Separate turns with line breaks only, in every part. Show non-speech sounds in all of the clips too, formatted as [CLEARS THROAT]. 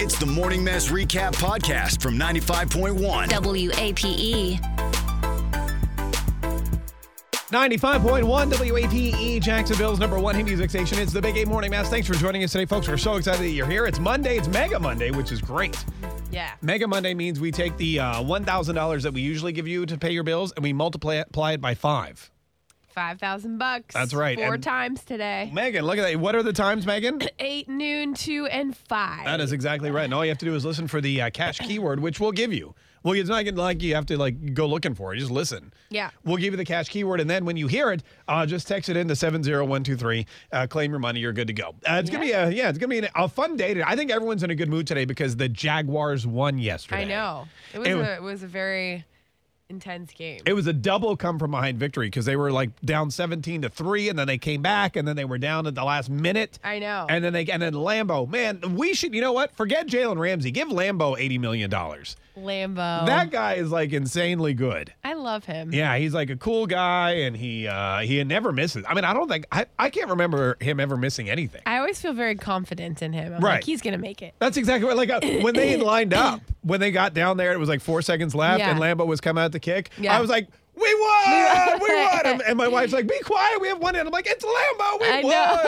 It's the Morning Mess Recap Podcast from 95.1.
E.
WAPE.
95.1 WAPE, E, Jacksonville's number one hit music station. It's the Big 8 Morning Mass. Thanks for joining us today, folks. We're so excited that you're here. It's Monday. It's Mega Monday, which is great.
Yeah.
Mega Monday means we take the uh, $1,000 that we usually give you to pay your bills and we multiply it, apply it by five.
Five thousand bucks.
That's right,
Four
and-
times today.
Megan, look at that. What are the times, Megan?
Eight, noon, two, and five.
That is exactly right. And all you have to do is listen for the uh, cash keyword, which we'll give you. Well, it's not like you have to like go looking for it. Just listen.
Yeah.
We'll give you the cash keyword, and then when you hear it, uh, just text it into seven zero one two three. Uh, claim your money. You're good to go. Uh, it's gonna be a yeah. It's gonna be an, a fun day. Today. I think everyone's in a good mood today because the Jaguars won yesterday.
I know. It was
It was-
a, it was a very intense game.
It was a double come from behind victory because they were like down seventeen to three, and then they came back, and then they were down at the last minute.
I know.
And then they and then Lambo. Man, we should. You know what? Forget Jalen Ramsey. Give Lambo eighty million dollars.
Lambo.
That guy is like insanely good.
I love him.
Yeah, he's like a cool guy, and he uh, he never misses. I mean, I don't think I, I can't remember him ever missing anything.
I always feel very confident in him. I'm
Right.
like, he's gonna make it.
That's exactly what, like uh, when they lined up, when they got down there, it was like four seconds left,
Yeah.
and Lambo was coming out to kick.
Yeah.
I was like, "We won! we won!" And- And my wife's like, "Be quiet! We have one." And I'm like, "It's Lambo! We
I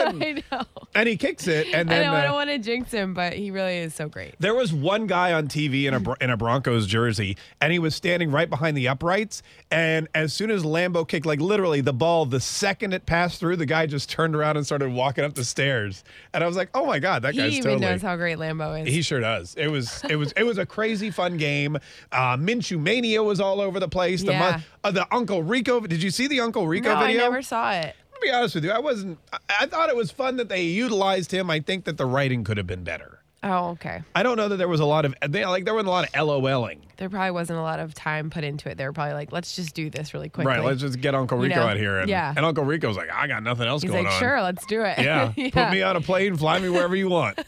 won!"
know. [LAUGHS] I know.
And he kicks it, and
[LAUGHS] I
then
know.
uh,
I don't want to jinx him, but he really is so great.
There was one guy on TV
Hmm.
in a Bro- in a Broncos jersey, and he was standing right behind the uprights. And as soon as Lambo kicked, like literally the ball, the second it passed through, the guy just turned around and started walking up the stairs. And I was like, "Oh my god, that
He
guy's
even
totally."
knows how great Lambo is.
he sure does. It was it was it was a crazy fun game. Uh, Minshew mania was all over the place. The
Yeah.
mon- uh, the Uncle Rico. Did you see the Uncle Rico
no,
video?
I never saw it.
to be honest with you, I wasn't. I, I thought it was fun that they utilized him. I think that the writing could have been better.
Oh, okay.
I don't know that there was a lot of they, like there wasn't a lot of LOLing.
There probably wasn't a lot of time put into it. They were probably like, let's just do this really quickly.
Right, let's just get Uncle
You
Rico
know,
out here, and,
yeah.
and Uncle Rico's like, I got nothing else
He's
going
like,
on.
sure, let's do it. [LAUGHS]
Yeah, put me on a plane, fly me wherever you want.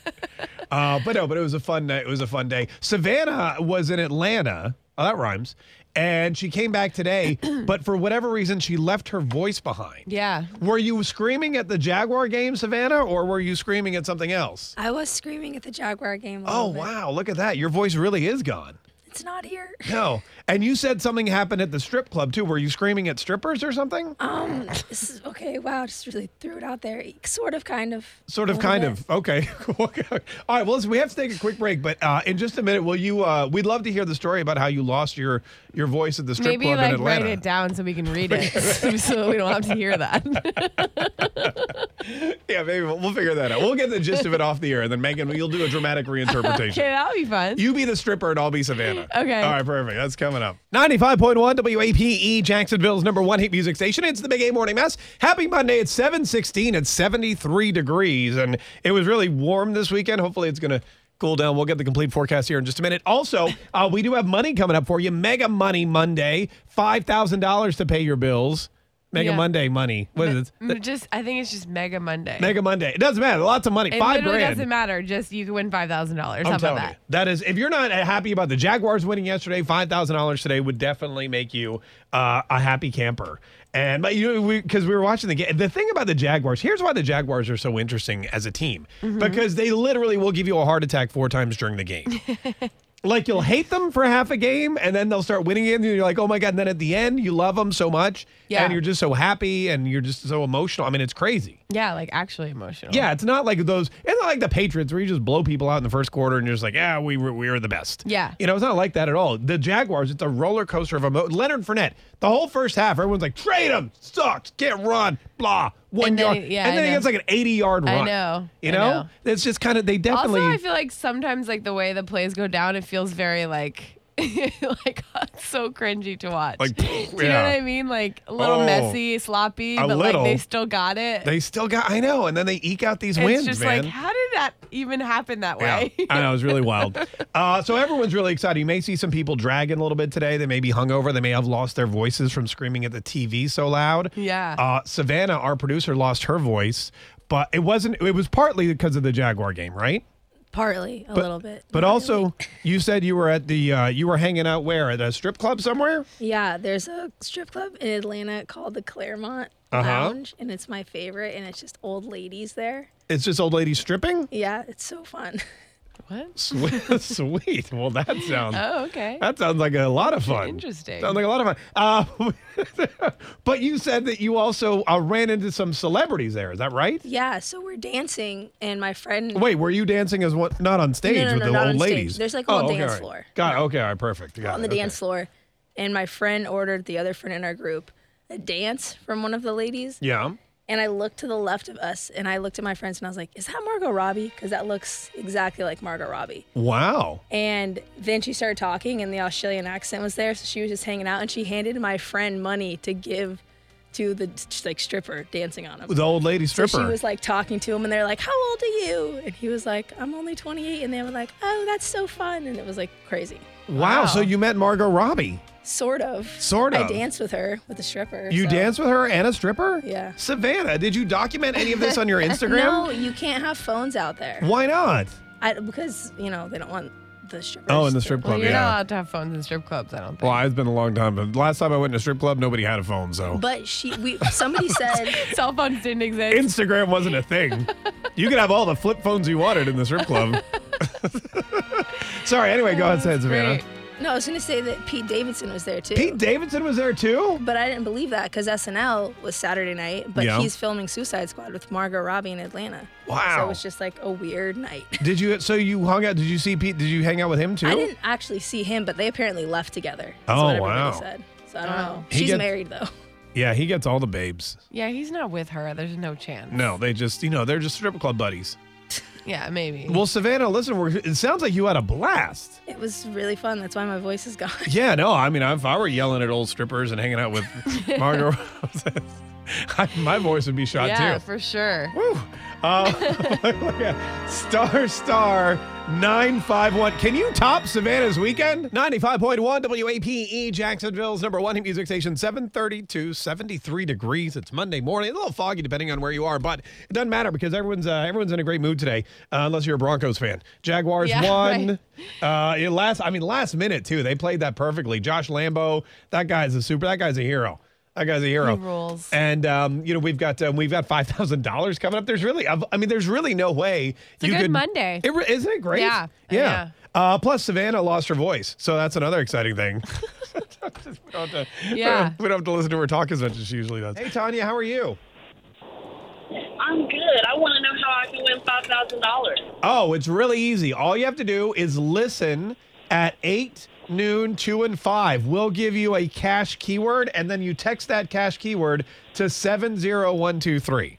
Uh, but no, but it was a fun night. It was a fun day. Savannah was in Atlanta. Oh, that rhymes. And she came back
[CLEARS THROAT]
today, but for whatever reason, she left her voice behind.
Yeah.
Were you screaming at the Jaguar game, Savannah, or were you screaming at something else?
I was screaming at the Jaguar game. a
Oh
little bit.
wow, look at that! Your voice really is gone.
It's not here. [LAUGHS]
No. And you said something happened at the strip club too. Were you screaming at strippers or something?
Uh,
Um, this is okay. Wow, just really threw it out there. Sort of, kind of.
Sort of,
a little
kind
bit.
of. Okay. [LAUGHS] All right. Well, listen, we have to take a quick break, but uh, in just a minute, will you? Uh, we'd love to hear the story about how you lost your your voice at the strip
Maybe
club in
like
Atlanta.
write it down so we can read
[LAUGHS]
it, [LAUGHS] so we don't have to hear that.
Yeah, maybe we'll, we'll figure that out. We'll get the gist of it off the air, and then Megan, you'll do a
[LAUGHS]
dramatic reinterpretation.
okay, that'll be fun.
You be the stripper and I'll be Savannah.
Okay.
All right, perfect. That's coming up. 95.1 WAPE, E, Jacksonville's number one hit music station. It's the Big A Morning Mess. Happy Monday. It's 716. It's 73 degrees. And it was really warm this weekend. Hopefully it's going to cool down. We'll get the complete forecast here in just a minute. Also, uh, we do have money coming up for you. Mega Money Monday. $5,000 to pay your bills. Mega
Yeah.
Monday money. What is it?
Mm, just I think it's just Mega Monday.
Mega Monday. It doesn't matter. Lots of money.
it
Five
literally
grand.
doesn't matter. Just you can win five thousand dollars. How
I'm
about
telling you,
that?
that is. If you're not happy about the Jaguars winning yesterday, five thousand dollars today would definitely make you uh, a happy camper. And but you because we, were watching the game. The thing about the Jaguars, here's why the Jaguars are so interesting as a team
Mm-hmm.
because they literally will give you a heart attack four times during the
[LAUGHS]
game. like you'll hate them for half a game, and then they'll start winning again. And you're like, oh my god! And then at the end, you love them so much,
Yeah.
and you're just so happy, and you're just so emotional. I mean, it's crazy.
Yeah, like actually emotional.
Yeah, it's not like those. It's not like the Patriots where you just blow people out in the first quarter and you're just like, yeah, we were we were the best.
Yeah.
you know, it's not like that at all. The Jaguars, it's a roller coaster of emotion. Leonard Fournette, the whole first half, everyone's like, trade him, sucks, can't run, blah, one
And then
yard,
he- yeah,
and then
I
he
know.
gets like an 80 yard
I
run.
know,
you
I
know,
know.
it's just kind of they
Also,
definitely.
I feel like sometimes like the way the plays go down, it feels very like [LAUGHS] like [LAUGHS] so cringy to watch.
Like,
[LAUGHS] Do you know
yeah.
what I mean? Like a little
Oh,
messy, sloppy,
a
but like
little.
they still got it.
they still got, I know, and then they eke out these
it's
wins,
just
man.
like how did that even happen that way? [LAUGHS]
I know, it was really wild. [LAUGHS] Uh, so everyone's really excited. You may see some people dragging a little bit today. They may be hungover. They may have lost their voices from screaming at the TV so loud.
Yeah.
Uh, Savannah, our producer, lost her voice, but it wasn't. It was partly because of the Jaguar game, right?
Partly, a little bit.
But
Not really.
also, [LAUGHS] you said you were at the uh, you were hanging out where at a strip club somewhere.
yeah, there's a strip club in Atlanta called the Claremont
Uh-huh.
Lounge, and it's my favorite. And it's just old ladies there.
It's just old lady stripping. [LAUGHS]
Yeah, it's so fun. [LAUGHS]
what?
Sweet. Sweet. Well, that sounds
Oh, okay.
That sounds like a lot of fun.
Interesting.
Sounds like a lot of fun. Uh, [LAUGHS] but you said that you also uh, ran into some celebrities there. Is that right?
yeah, so we're dancing, and my friend.
Wait, were you dancing as what? Not on stage
No, no,
with
no,
the
not
old
on stage.
ladies.
There's, like, a
oh,
little
okay,
dance
all right.
floor.
Got it. Okay. All right. Perfect. Got
on
it,
the
okay.
dance floor, and my friend ordered the other friend in our group a dance from one of the ladies.
Yeah.
And I looked to the left of us, and I looked at my friends, and I was like, "Is that Margot Robbie? Because that looks exactly like Margot Robbie."
Wow.
And then she started talking, and the Australian accent was there, so she was just hanging out, and she handed my friend money to give to the like stripper dancing on him.
The old lady
So
stripper.
she was like talking to him, and they're like, "How old are you?" And he was like, "I'm only 28." And they were like, "Oh, that's so fun!" And it was like crazy.
wow, So you met Margot Robbie.
Sort of.
Sort
I
of.
danced with her with a stripper.
You
so-
danced with her and a stripper.
Yeah.
Savannah, did you document any of this
[LAUGHS]
on your
No,
Instagram?
you can't have phones out there.
Why not?
I, because you know they don't want the strippers.
Oh, in the
to-
strip
Well,
club.
you're
yeah.
not allowed to have phones in strip clubs, I don't think.
Well, it's been a long time, but last time I went to a strip club, nobody had a phone, so
But she, we,
[LAUGHS]
somebody said.
Cell phones didn't exist.
Instagram wasn't a thing. you could have all the flip phones you wanted in the strip club. [LAUGHS] Sorry. Anyway, go ahead, Savannah.
Great.
No, I was going to say that Pete Davidson was there too.
Pete Davidson was there too.
But I didn't believe that because SNL was Saturday night, but
Yeah.
he's filming Suicide Squad with Margot Robbie in Atlanta. So
Wow.
it was just like a weird night.
Did you? So you hung out? Did you see Pete? Did you hang out with him too?
I didn't actually see him, but they apparently left together. That's
Oh,
what everybody
wow.
said. So I don't
Wow.
know.
He
She's
gets-
married though. [LAUGHS]
Yeah, he gets all the babes.
Yeah, he's not with her. There's no chance.
No, they just you know they're just strip club buddies.
Yeah, maybe.
Well, Savannah, listen, we're, it sounds like you had a blast.
It was really fun. That's why my voice is gone.
Yeah, no, I mean, if I were yelling at old strippers and hanging out
[LAUGHS]
with Margot, Robbie, [LAUGHS] I, my voice would be shot
yeah,
too.
for sure.
Woo. [LAUGHS] Uh, star star 951. Can you top Savannah's weekend? 95.1 WAPE E, Jacksonville's number one hit music station, 732, 73 degrees. It's Monday morning. A little foggy depending on where you are, but it doesn't matter because everyone's uh, everyone's in a great mood today, uh, unless you're a Broncos fan. Jaguars
Yeah,
won. Uh, it last I mean last minute too. They played that perfectly. Josh Lambo, that guy's a super that guy's a hero. That guy's a hero.
rules.
And um, you know we've got um, we've got five thousand dollars coming up. There's really, I've- I mean, there's really no way
a good Monday.
It, re- isn't it great?
Yeah.
yeah.
Yeah.
Uh, plus, Savannah lost her voice, so that's another exciting
[LAUGHS]
thing. [LAUGHS] we, don't have to,
Yeah.
we don't have to listen to her talk as much as she usually does. Hey, Tanya, how are you?
I'm good. I want to know how I can win five thousand dollars.
Oh, it's really easy. All you have to do is listen at eight, noon, two, and five. We'll give you a cash keyword, and then you text that cash keyword to seven zero one two three.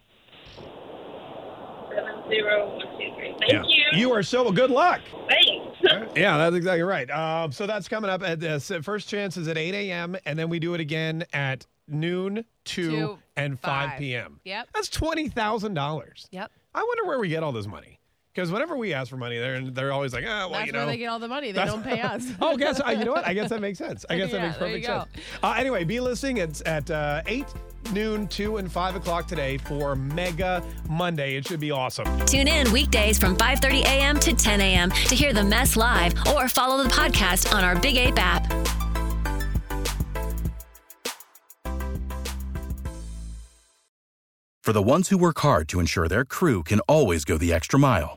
Seven zero one two three. Thank you.
You are so good luck.
Thanks. [LAUGHS]
Yeah, that's exactly right. Um, so that's coming up at the so first chance is at 8 a.m. and then we do it again at noon, two,
Two,
and 5,
five.
p.m.
Yep.
that's twenty thousand dollars.
Yep.
I wonder where we get all this money because whenever we ask for money, they're they're always like, ah, well,
That's
you know,
where they get all the money. They
That's-
don't pay us.
[LAUGHS] oh, guess
[LAUGHS]
uh, you know what? I guess that makes sense. I guess that
Yeah,
makes
there you
perfect sense. Uh, anyway, be listening at at uh, eight, noon, two, and five o'clock today for Mega Monday. It should be awesome.
Tune in weekdays from 5:30 a.m. to 10 a.m. to hear the mess live or follow the podcast on our Big Ape app.
For the ones who work hard to ensure their crew can always go the extra mile,